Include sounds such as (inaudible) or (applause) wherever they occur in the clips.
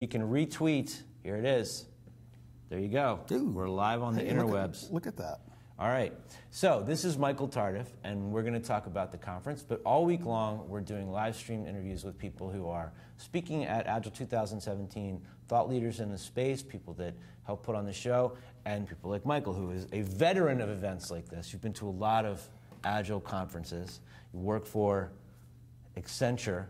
You can retweet. Here it is. There you go. Dude. We're live on the Hey, look at- interwebs. Look at that. All right. So this is Michael Tardiff, and we're going to talk about the conference. But all week long, we're doing live stream interviews with people who are speaking at Agile 2017, thought leaders in the space, people that help put on the show, and people like Michael, who is a veteran of events like this. You've been to a lot of Agile conferences. You work for Accenture.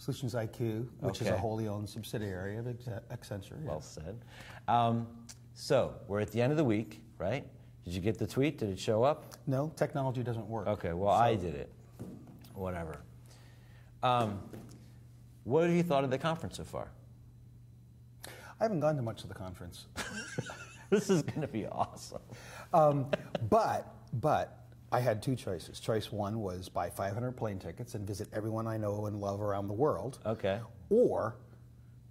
Solutions IQ, which is Okay. a wholly owned subsidiary of Ex- Accenture. Well said. Um, so we're at the end of the week, right? Did you get the tweet? Did it show up? No, technology doesn't work. Okay, well, I did it. Whatever. Um, what have you thought of the conference so far? (laughs) I haven't gone to much of the conference. This is going to be awesome. Um, but, but I had two choices. Choice one was buy 500 plane tickets and visit everyone I know and love around the world, Okay, or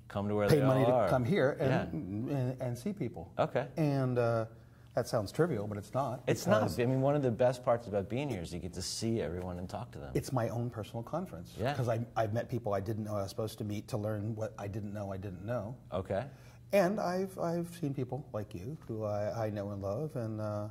come to where pay they money all are. to come here and, and, and see people. Okay. And uh, that sounds trivial, but it's not. It's because not. I mean, one of the best parts about being here is you get to see everyone and talk to them. It's my own personal conference Yeah. because I've met people I didn't know I was supposed to meet to learn what I didn't know I didn't know. Okay. And I've, I've seen people like you who I, I know and love and uh,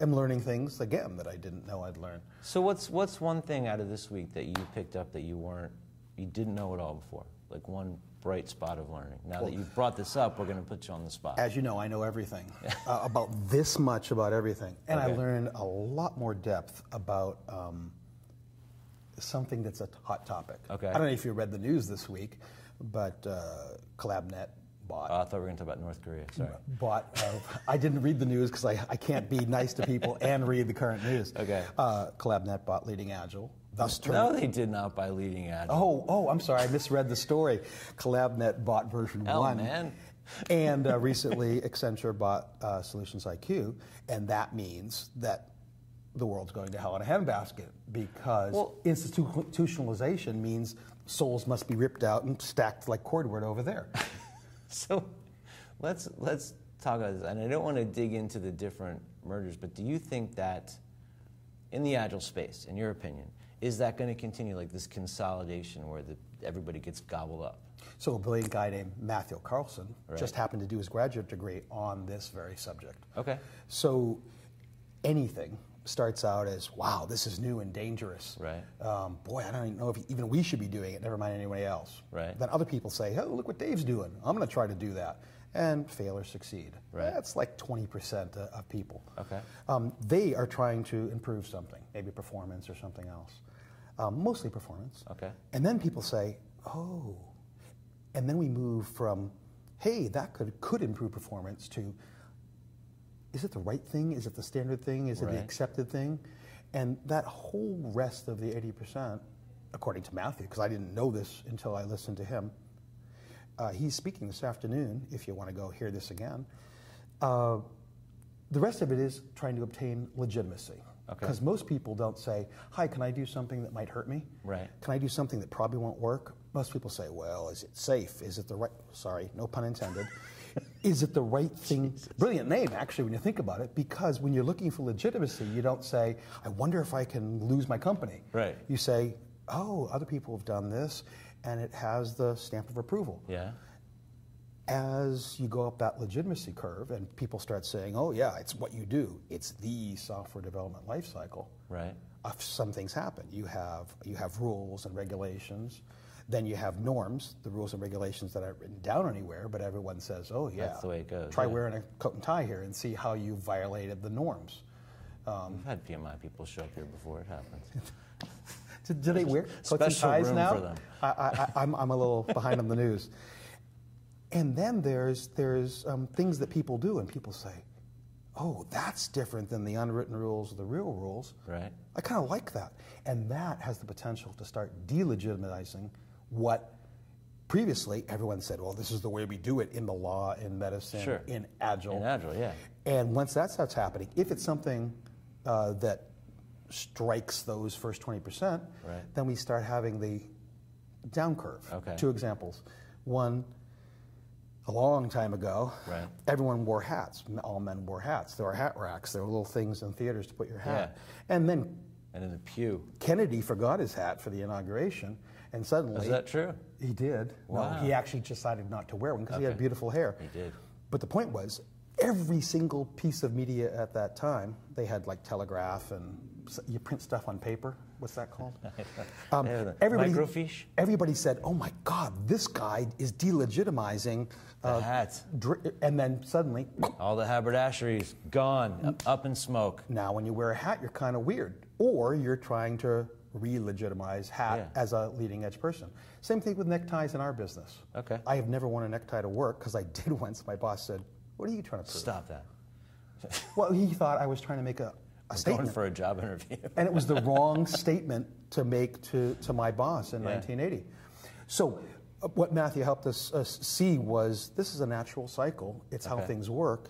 am learning things again that I didn't know I'd learn. So what's what's one thing out of this week that you picked up that you weren't, you didn't know at all before? Like one bright spot of learning. Now that you've brought this up, we're going to put you on the spot. As you know, I (laughs) know everything uh, about this much about everything. And I Okay. learned a lot more depth about um, something that's a t- hot topic. Okay. I don't know if you read the news this week, but uh, CollabNet bought. Oh, I thought we were going to talk about North Korea. Sorry. Bought. Uh, I didn't read the news because I, I can't be nice to people and read the current news. Okay. Uh, CollabNet bought Leading Agile, thus turning No, they did not by leading ad. Oh, oh, I'm sorry, I misread the story. CollabNet bought version Hell, one. Oh, man. And uh, recently, Accenture bought uh, Solutions IQ, and that means that the world's going to hell in a handbasket because Well- institutionalization means souls must be ripped out and stacked like cordwood over there. So let's let's talk about this. And I don't want to dig into the different mergers, but do you think that in the agile space, in your opinion, is that going to continue like this consolidation where the, everybody gets gobbled up? So, a brilliant guy named Matthew Carlson Right. just happened to do his graduate degree on this very subject. Okay. So anything starts out as, wow, this is new and dangerous. Right. Um, boy, I don't even know if even we should be doing it, never mind anyone else. Right. Then other people say, oh, look what Dave's doing. I'm going to try to do that. And fail or succeed. Right. That's like 20% of- of people. Okay. Um, they are trying to improve something, maybe performance or something else, um, mostly performance. Okay. And then people say, oh. And then we move from, hey, that could, could improve performance to, is it the right thing? Is it the standard thing? Is it Right. the accepted thing? And that whole rest of the 80%, according to Matthew, because I didn't know this until I listened to him, uh, he's speaking this afternoon, if you want to go hear this again. Uh, the rest of it is trying to obtain legitimacy. Okay. Because most people don't say, Hi, can I do something that might hurt me? Right. Can I do something that probably won't work? Most people say, Well, is it safe? Is it the right, sorry, no pun intended. (laughs) is it the right thing? Brilliant name, actually, when you think about it, because when you're looking for legitimacy, you don't say, I wonder if I can lose my company. Right. You say, Oh, other people have done this, and it has the stamp of approval Yeah. as you go up that legitimacy curve and people start saying, oh, yeah, it's what you do, it's the software development lifecycle, Right. uh, some things happen. You have, you have rules and regulations. Then you have norms, the rules and regulations that aren't written down anywhere, but everyone says, oh, yeah. That's the way it goes, Try yeah. wearing a coat and tie here and see how you violated the norms. We've had PMI people show up here before it happens. (laughs) Do, do they wear coats and Special ties room now? for them. I, I, I, I'm, I'm a little behind on the news. And then there's there's um, things that people do, and people say, "Oh, that's different than the unwritten rules or the real rules." Right. I kind of like that, and that has the potential to start delegitimizing what previously everyone said. Well, this is the way we do it in the law, in medicine, Sure. in agile. In agile, yeah. And once that starts happening, if it's something uh, that strikes those first 20%, Right. then we start having the down curve. Okay. Two examples. One, a long time ago, Right. everyone wore hats. M- All men wore hats. There were hat racks. There were little things in theaters to put your hat. And then And in the pew. Kennedy forgot his hat for the inauguration, And suddenly, Is that true? he did. Wow. No, he actually decided not to wear one because he had Okay. beautiful hair. He did. But the point was, every single piece of media at that time, they had like telegraph and s- you print stuff on paper. What's that called? (laughs) Um, Yeah, the everybody, microfiche? Everybody said, "Oh my God, this guy is delegitimizing." uh, The hats. dr- and then suddenly, All the haberdasheries gone, up in smoke. now when you wear a hat, you're kind of weird, or you're trying to re-legitimize hat Yeah. as a leading edge person. Same thing with neckties in our business. Okay. I have never worn a necktie to work because I did (laughs) once. My boss said, "What are you trying to prove?" Stop that. Well, he thought I was trying to make a, a Going statement, for a job interview. and it was the wrong statement to make to, to my boss in Yeah. 1980. So, uh, what Matthew helped us uh, see was this is a natural cycle. It's how Okay. things work,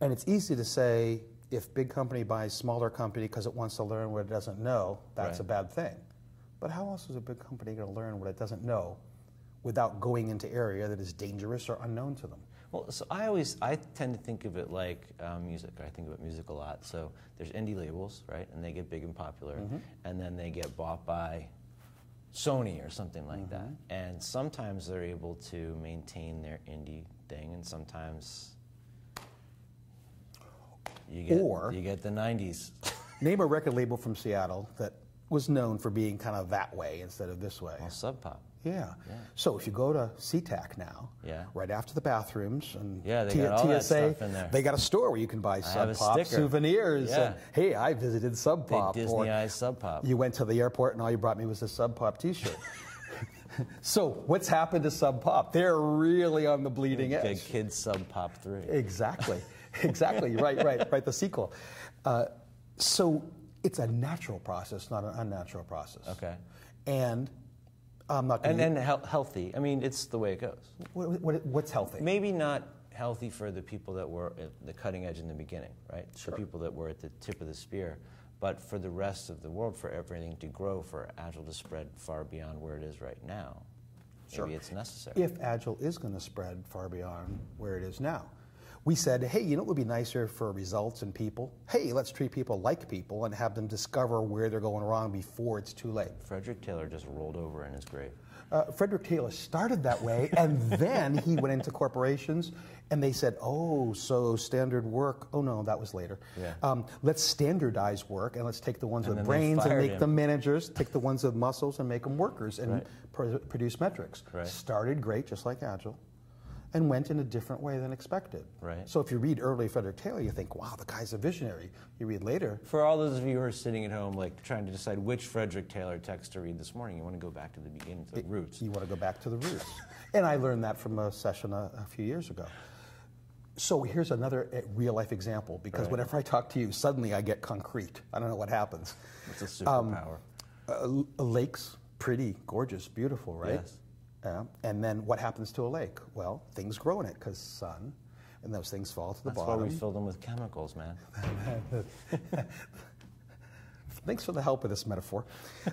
and it's easy to say if big company buys smaller company because it wants to learn what it doesn't know, that's Right. a bad thing. But how else is a big company going to learn what it doesn't know? Without going into area that is dangerous or unknown to them. Well, so I always I tend to think of it like um, music. I think about music a lot. So there's indie labels, right? And they get big and popular, Mm-hmm. and then they get bought by Sony or something like that. Mm-hmm. And sometimes they're able to maintain their indie thing, and sometimes you get Or- you get the '90s. Name a record label from Seattle that was known for being kind of that way instead of this way. Well, Sub (laughs) Pop. Yeah. So if you go to SeaTac now, Yeah. right after the bathrooms and Yeah, they T- got all TSA, that stuff in there. they got a store where you can buy have a Sub Pop sticker. souvenirs. Yeah. And, hey, I visited Sub They Pop. or Disneyized Sub Pop. you went to the airport and all you brought me was a Sub Pop (laughs) T-shirt. so what's happened to Sub Pop? They're really on the bleeding Big edge. Kids Sub Pop Three. (laughs) Exactly. Exactly. right, right, right. The sequel. Uh, so it's a natural process, not an unnatural process. Okay. And I'm not going and to. and hel- healthy. I mean, it's the way it goes. What, what, what's healthy? Maybe not healthy for the people that were at the cutting edge in the beginning, right? The people that were at the tip of the spear, but for the rest of the world, for everything to grow, for Agile to spread far beyond where it is right now, Sure. maybe it's necessary. if Agile is going to spread far beyond where it is now. We said, hey, you know what would be nicer for results and people? Hey, let's treat people like people and have them discover where they're going wrong before it's too late. Frederick Taylor just rolled over in his grave. Uh, Frederick Taylor started that way, and then he went into corporations, and they said, "Oh, so standard work? Oh no, that was later. Yeah. Um, let's standardize work, and let's take the ones And with then they brains and fired make him. them managers. Take the ones with muscles and make them workers, and pro- produce metrics. Right. Started great, just like Agile, and went in a different way than expected. Right. So if you read early Frederick Taylor, you think, "Wow, the guy's a visionary." You read later, For all those of you who are sitting at home, like trying to decide which Frederick Taylor text to read this morning, you want to go back to the beginning, to the roots. You want to go back to the roots. and I learned that from a session a, a few years ago. So here's another uh, real life example because Right. whenever I talk to you, suddenly I get concrete. I don't know what happens. It's a superpower. Uh, l- lakes, pretty, gorgeous, beautiful, right? Yes. Yeah. And then what happens to a lake? Well, things grow in it because sun, and those things fall to the That's why we bottom. filled them with chemicals, man. Thanks for the help with this metaphor.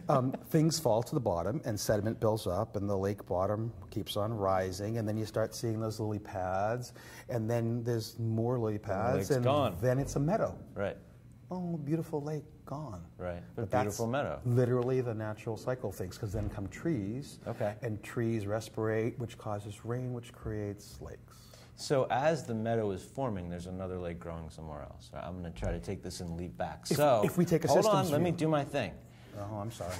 Um, (laughs) things fall to the bottom, and sediment builds up, and the lake bottom keeps on rising, and then you start seeing those lily pads, and then there's more lily pads, lake's gone. then it's a meadow. Right, Oh, beautiful lake gone. right. But, that's beautiful meadow. Literally, the natural cycle of things, because then come trees, Okay. and trees respirate, which causes rain, which creates lakes. So as the meadow is forming, there's another leg growing somewhere else. All right, I'm going to try to take this and leap back. so if we take a hold on, systems let me view. do my thing. Oh, (laughs) I'm sorry.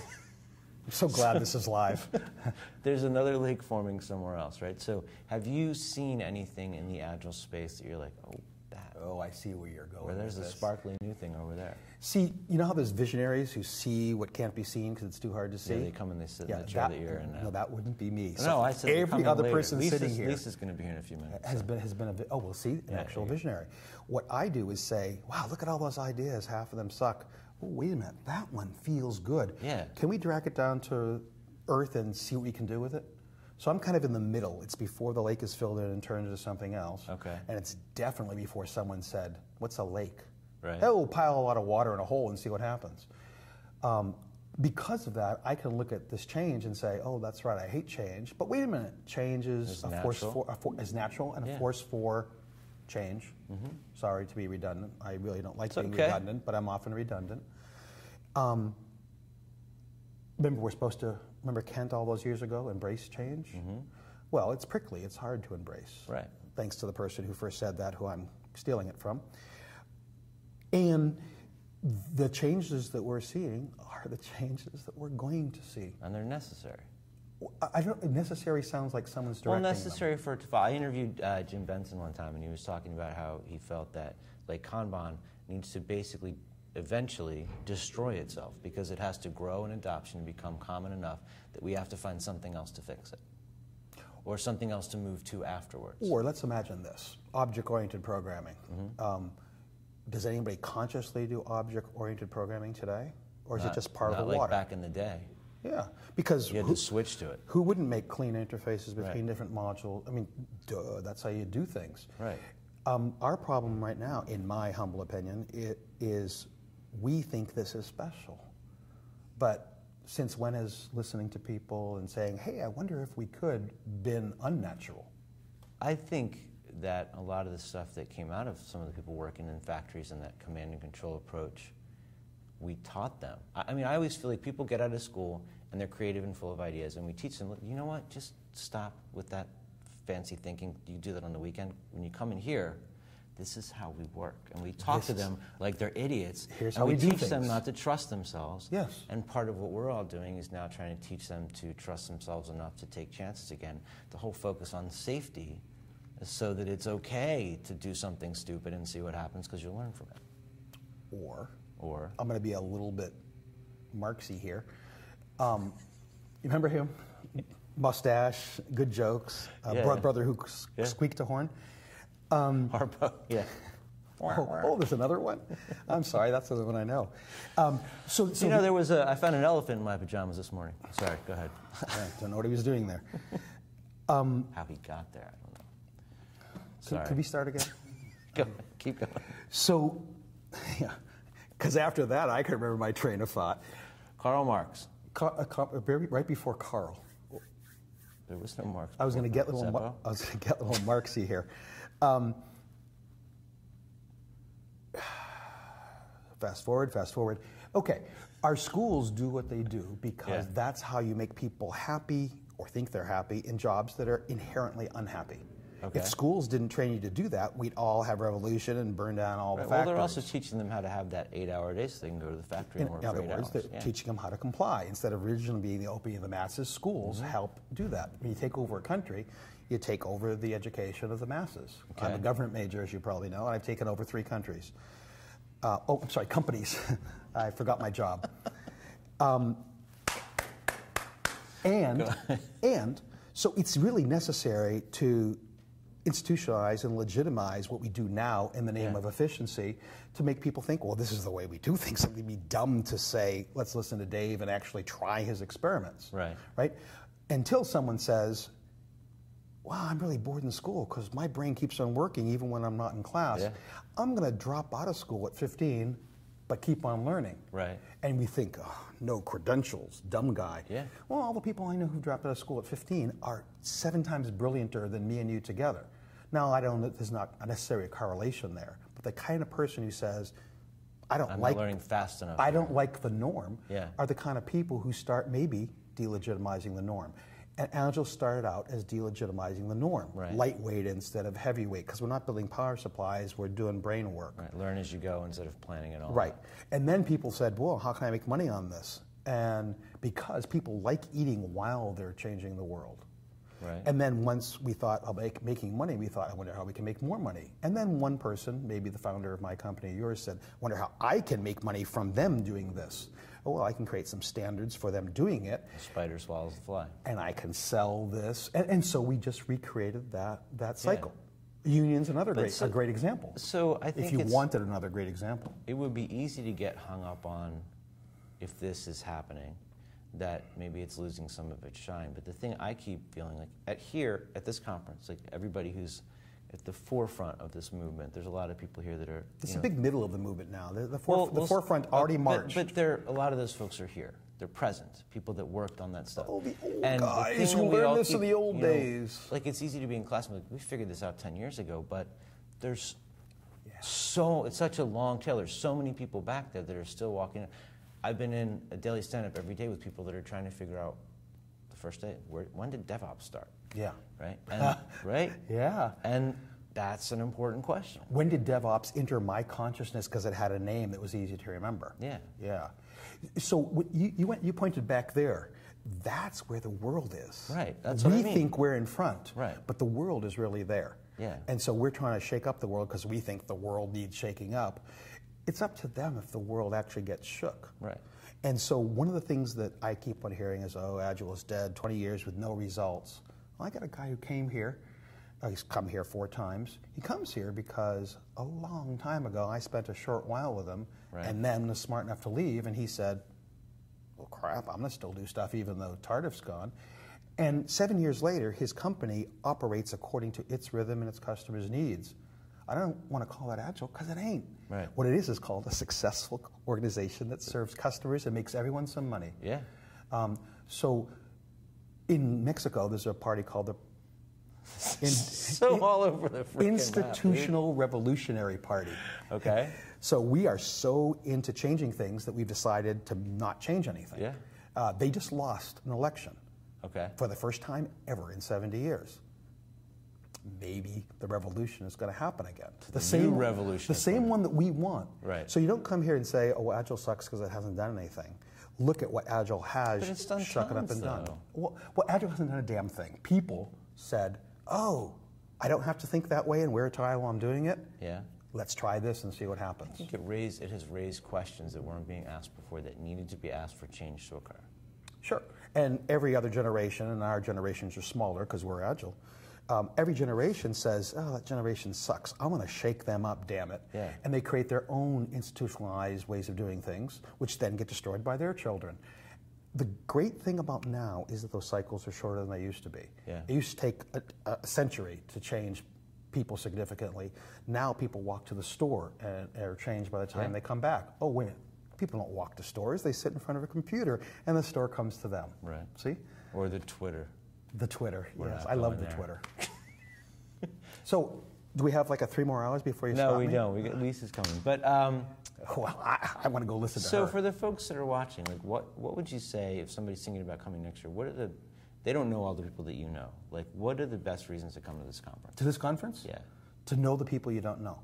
I'm so glad this is live. (laughs) There's another lake forming somewhere else, right? So have you seen anything in the agile space that you're like, oh, that, oh, I see where you're going. or there's with a this. sparkly new thing over there? See, you know how there's visionaries who see what can't be seen because it's too hard to see. Yeah, they come and they sit in the chair that, you're in now. No, that wouldn't be me. no, I said they're every coming other later. person Lisa's, sitting here Lisa's going to be here in a few minutes. has been has been a vi- oh we'll see an actual visionary. What I do is say, wow, look at all those ideas. Half of them suck. Oh, wait a minute, that one feels good. Yeah. Can we drag it down to earth and see what we can do with it? So I'm kind of in the middle. It's before the lake is filled in and turned into something else. Okay. And it's definitely before someone said, "What's a lake?" Right. Oh, pile a lot of water in a hole and see what happens. Um, because of that, I can look at this change and say, "Oh, that's right. I hate change." But wait a minute, change is It's a force natural. for, a for, is natural and a Yeah. Mm-hmm. force for change. Sorry to be redundant. I really don't like being okay. redundant, but I'm often redundant. Um, remember, we're supposed to remember Kent all those years ago, embrace change? Mm-hmm. Well, it's prickly, it's hard to embrace. Right. Thanks to the person who first said that, who I'm stealing it from. And the changes that we're seeing are the (laughs) changes that we're going to see. and they're necessary. I- I don't necessary sounds like someone's Well, directing them. necessary for it to follow. I interviewed uh, Jim Benson one time, and he was talking about how he felt that like Kanban needs to basically eventually destroy itself because it has to grow in adoption and become common enough that we have to find something else to fix it or something else to move to afterwards. Or let's imagine this object oriented programming. Mm-hmm. Um, does anybody consciously do object oriented programming today? Or is it Not- just part of not the like water? back in the day. Yeah, because You had who, to switch to it. who wouldn't make clean interfaces between different modules? I mean, duh, that's how you do things. Right. Um, our problem right now, in my humble opinion, i- is we think this is special. But since when has listening to people and saying, hey, I wonder if we could, been unnatural? I think that a lot of the stuff that came out of some of the people working in factories and that command and control approach, we taught them. I, I mean, I always feel like people get out of school and they're creative and full of ideas, and we teach them, "Look, you know what, just stop with that fancy thinking. You do that on the weekend. When you come in here, this is how we work. And we talk This to is- them like they're idiots. Here's and how we, we do teach them things. not to trust themselves. Yes. And part of what we're all doing is now trying to teach them to trust themselves enough to take chances again. The whole focus on safety is so that it's okay to do something stupid and see what happens because you'll learn from it. Or Or, I'm going to be a little bit Marxy here. Um, you remember him? Mustache, good jokes, uh, Yeah, bro- yeah. brother who s- Yeah. squeaked a horn. (laughs) Um, Harpo. Yeah. Oh, oh, there's another one? I'm sorry, that's the one I know. Um, so, so you know, there was a, I found an elephant in my pajamas this morning. Sorry, go ahead. I don't know what he was doing there. How he got there, I don't Um, know. Could, Sorry. could we start again? Go, keep going. So, (laughs) yeah, because after that, I could remember my train of thought. Karl Marx. Ca- uh, Ca- very- right before Carl, There was no Marx. I was going to get before little. Mar- Zeppo. I was going to get little Marxy here. Um, fast forward, fast forward. Okay, our schools do what they do because Yeah. that's how you make people happy or think they're happy in jobs that are inherently unhappy. Okay. If schools didn't train you to do that, we'd all have revolution and burn down all the Right, well, factories. they're also teaching them how to have that eight-hour day so they can go to the factory In, and work in for other eight words, hours. they're Yeah. teaching them how to comply instead of originally being the opium of the masses. Schools Mm-hmm. help do that. When you take over a country, you take over the education of the masses. I'm a Okay. government major, as you probably know, and I've taken over three countries. Uh, oh, I'm sorry, companies. (laughs) I forgot my job. um, and and so it's really necessary to institutionalize and legitimize what we do now in the name Yeah. of efficiency to make people think, well, this is the way we do things. It would be dumb to say, let's listen to Dave and actually try his experiments. Right. Right? Until someone says, wow, I'm really bored in school because my brain keeps on working even when I'm not in class. Yeah. I'm going to drop out of school at 15, but keep on learning. Right. And we think, oh, no credentials, dumb guy. Yeah. Well, all the people I know who dropped out of school at 15 are seven times brillianter than me and you together. Now, I don't, there's not a necessary correlation there, but the kind of person who says, I don't I'm like not learning fast enough. I don't like the norm Yeah. are the kind of people who start maybe delegitimizing the norm. And Agile started out as delegitimizing the norm, Right. lightweight instead of heavyweight, because we're not building power supplies, we're doing brain work. Right, learn as you go instead of planning it all. Right. And then people said, well, how can I make money on this? And because people like eating while they're changing the world. Right. And then once we thought of make, making money, we thought, I wonder how we can make more money. And then one person, maybe the founder of my company, yours, said, wonder how I can make money from them doing this. Oh, well, I can create some standards for them doing it, The spider swallows the fly. and I can sell this. And, and so we just recreated that, that cycle. Unions, another great, so- a great example. So I think If you it's- wanted another great example. it would be easy to get hung up on if this is happening, that maybe it's losing some of its shine. But the thing I keep feeling like at here, at this conference, like everybody who's at the forefront of this movement, there's a lot of people here that are. you It's a know, big middle of the movement now. The, the, foref- Well, the well, s- forefront but- already but- marched. But, there, a lot of those folks are here. They're present. People that worked on that stuff. Oh, the old and guys the thing who that we learned all this in keep, the old you know, days. Like it's easy to be in class. and be Like, we figured this out ten years ago, but there's so it's such a long tail. There's so many people back there that are still walking. I've been in a daily stand-up every day with people that are trying to figure out first day, where, when did DevOps start? Yeah. Right? (laughs) And, right? Yeah. And that's an important question. When did DevOps enter my consciousness because it had a name that was easy to remember? Yeah. Yeah. So what you, you went you pointed back there. That's where the world is. Right, that's we what I mean. think we're in front. Right. But the world is really there. Yeah. And so we're trying to shake up the world because we think the world needs shaking up. It's up to them if the world actually gets shook. Right. And so one of the things that I keep on hearing is, oh, Agile is dead, 20 years with no results. Well, I got a guy who came here. uh, He's come here four times. He comes here because a long time ago I spent a short while with him Right. and then was smart enough to leave. And he said, well, crap, I'm going to still do stuff even though Tardif's gone. And seven years later, his company operates according to its rhythm and its customers' needs. I don't want to call that agile because it ain't. Right. What it is is called a successful organization that serves customers and makes everyone some money. Yeah. Um, so in Mexico, there's a party called the in- So all over the freaking map, dude. Institutional Revolutionary Party. Okay. (laughs) So we are so into changing things that we've decided to not change anything. Yeah. Uh, they just lost an election Okay. for the first time ever in 70 years. Maybe the revolution is going to happen again. The, new revolution The is same one that we want. Right. So you don't come here and say, oh, well, Agile sucks because it hasn't done anything. Look at what Agile has. But it's done Shuck it up tons, and done. though. Well, well, Agile hasn't done a damn thing. People said, oh, I don't have to think that way and wear a tie while I'm doing it. Yeah. Let's try this and see what happens. I think it raised it has raised questions that weren't being asked before that needed to be asked for change to occur. Sure. And every other generation, and our generations are smaller because we're agile. Um, every generation says, "Oh, that generation sucks. I want to shake them up, damn it!" Yeah. And they create their own institutionalized ways of doing things, which then get destroyed by their children. The great thing about now is that those cycles are shorter than they used to be. Yeah. It used to take a, a century to change people significantly. Now people walk to the store and are changed by the time Yeah. they come back. Oh, wait, people don't walk to stores. They sit in front of a computer and the store comes to them. Right. See? Or the Twitter. The Twitter. yes, not I love going the there. (laughs) Twitter. so, do we have like a three more hours before you No, stop we me? don't. We got, Lisa's coming. But um, (laughs) Well, I, I want to go listen to so her. for the folks that are watching, like, what what would you say if somebody's thinking about coming next year? What are the they don't know all the people that you know. Like, what are the best reasons to come to this conference? to this conference? Yeah. To know the people you don't know.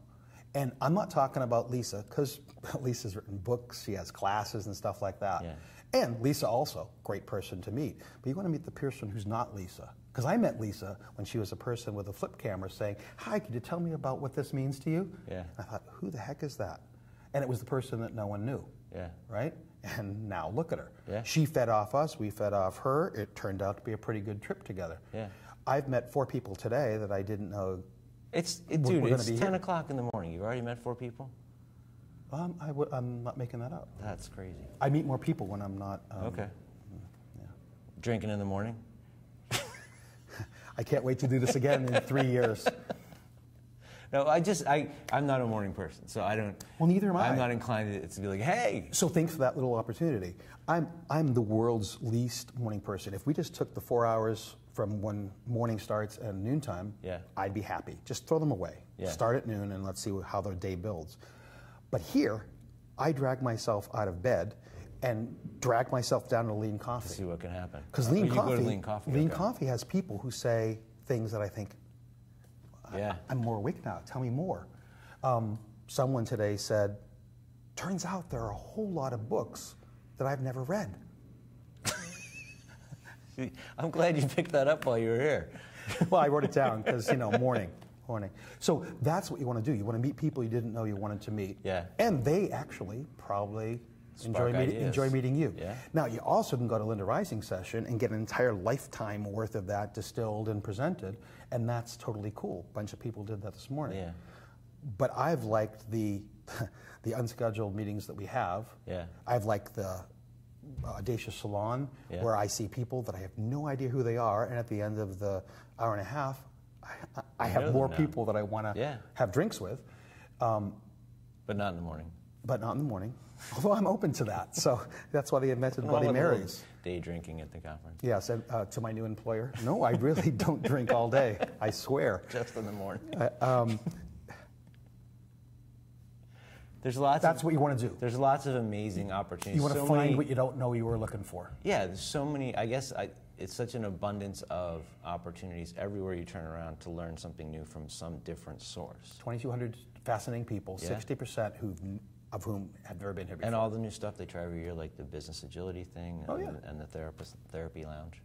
And I'm not talking about Lisa, because (laughs) Lisa's written books, she has classes and stuff like that. Yeah. And Lisa also, great person to meet. But you want to meet the person who's not Lisa. Because I met Lisa when she was a person with a flip camera saying, Hi, could you tell me about what this means to you? Yeah. I thought, who the heck is that? And it was the person that no one knew. Yeah. Right? And now look at her. Yeah. She fed off us, we fed off her. It turned out to be a pretty good trip together. Yeah. I've met four people today that I didn't know. It's it, We're- dude. we're gonna it's be ten here. o'clock in the morning. You've already met four people. Um, I w- I'm not making that up. That's crazy. I meet more people when I'm not. Um, Okay. Drinking in the morning. I can't wait to do this again in (laughs) three years. No, I just I I'm not a morning person, so I don't. Well, neither am I. I'm not inclined to, to be like, hey, So thanks for that little opportunity. I'm I'm the world's least morning person. If we just took the four hours from when morning starts and noontime, Yeah. I'd be happy. Just throw them away. Yeah. Start at noon and let's see how their day builds. But here, I drag myself out of bed and drag myself down to lean coffee. see what can happen. Because Or lean, Uh, you coffee, go to lean coffee. okay. Coffee has people who say things that I think, Yeah. I'm more awake now, tell me more. Um, someone today said, turns out there are a whole lot of books that I've never read. I'm glad you picked that up while you were here. (laughs) well, I wrote it down because, you know, morning, morning. So that's what you want to do. You want to meet people you didn't know you wanted to meet. Yeah. And they actually probably enjoy, Spark meet, ideas. enjoy meeting you. Yeah. Now, you also can go to Linda Rising session and get an entire lifetime worth of that distilled and presented, and that's totally cool. A bunch of people did that this morning. Yeah. But I've liked the (laughs) the unscheduled meetings that we have. Yeah. I've liked the uh, audacious salon Yeah. where I see people that I have no idea who they are, and at the end of the hour and a half, I, I, I know have them more now. people that I want to Yeah. have drinks with, But not in the morning. but not in the morning. (laughs) Although I'm open to that, so (laughs) that's why they invented Bloody Well, a little Marys. Day drinking at the conference. Yes, and, uh, to my new employer, no, I really (laughs) don't drink all day. I swear. Just in the morning. um, there's lots. That's of, what you want to do. There's lots of amazing opportunities. You want to So find many- what you don't know you were looking for. Yeah, there's so many. I guess I, it's such an abundance of opportunities everywhere you turn around to learn something new from some different source. 2,200 fascinating people, Yeah. 60% who of whom have never been here before. And all the new stuff they try every year, like the business agility thing and, Oh, yeah. and the therapist therapy lounge.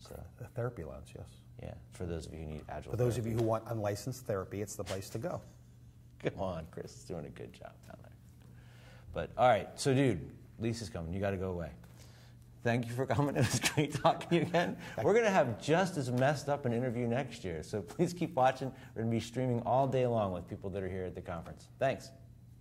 So the therapy lounge, yes. yeah, for those of you who need agile. For those of you who want unlicensed therapy, it's the place to go. come on, Chris is doing a good job down there. But all right, so dude, Lisa's coming. You got to go away. Thank you for coming. (laughs) It was great talking to you again. We're going to have just as messed up an interview next year, so please keep watching. We're going to be streaming all day long with people that are here at the conference. Thanks.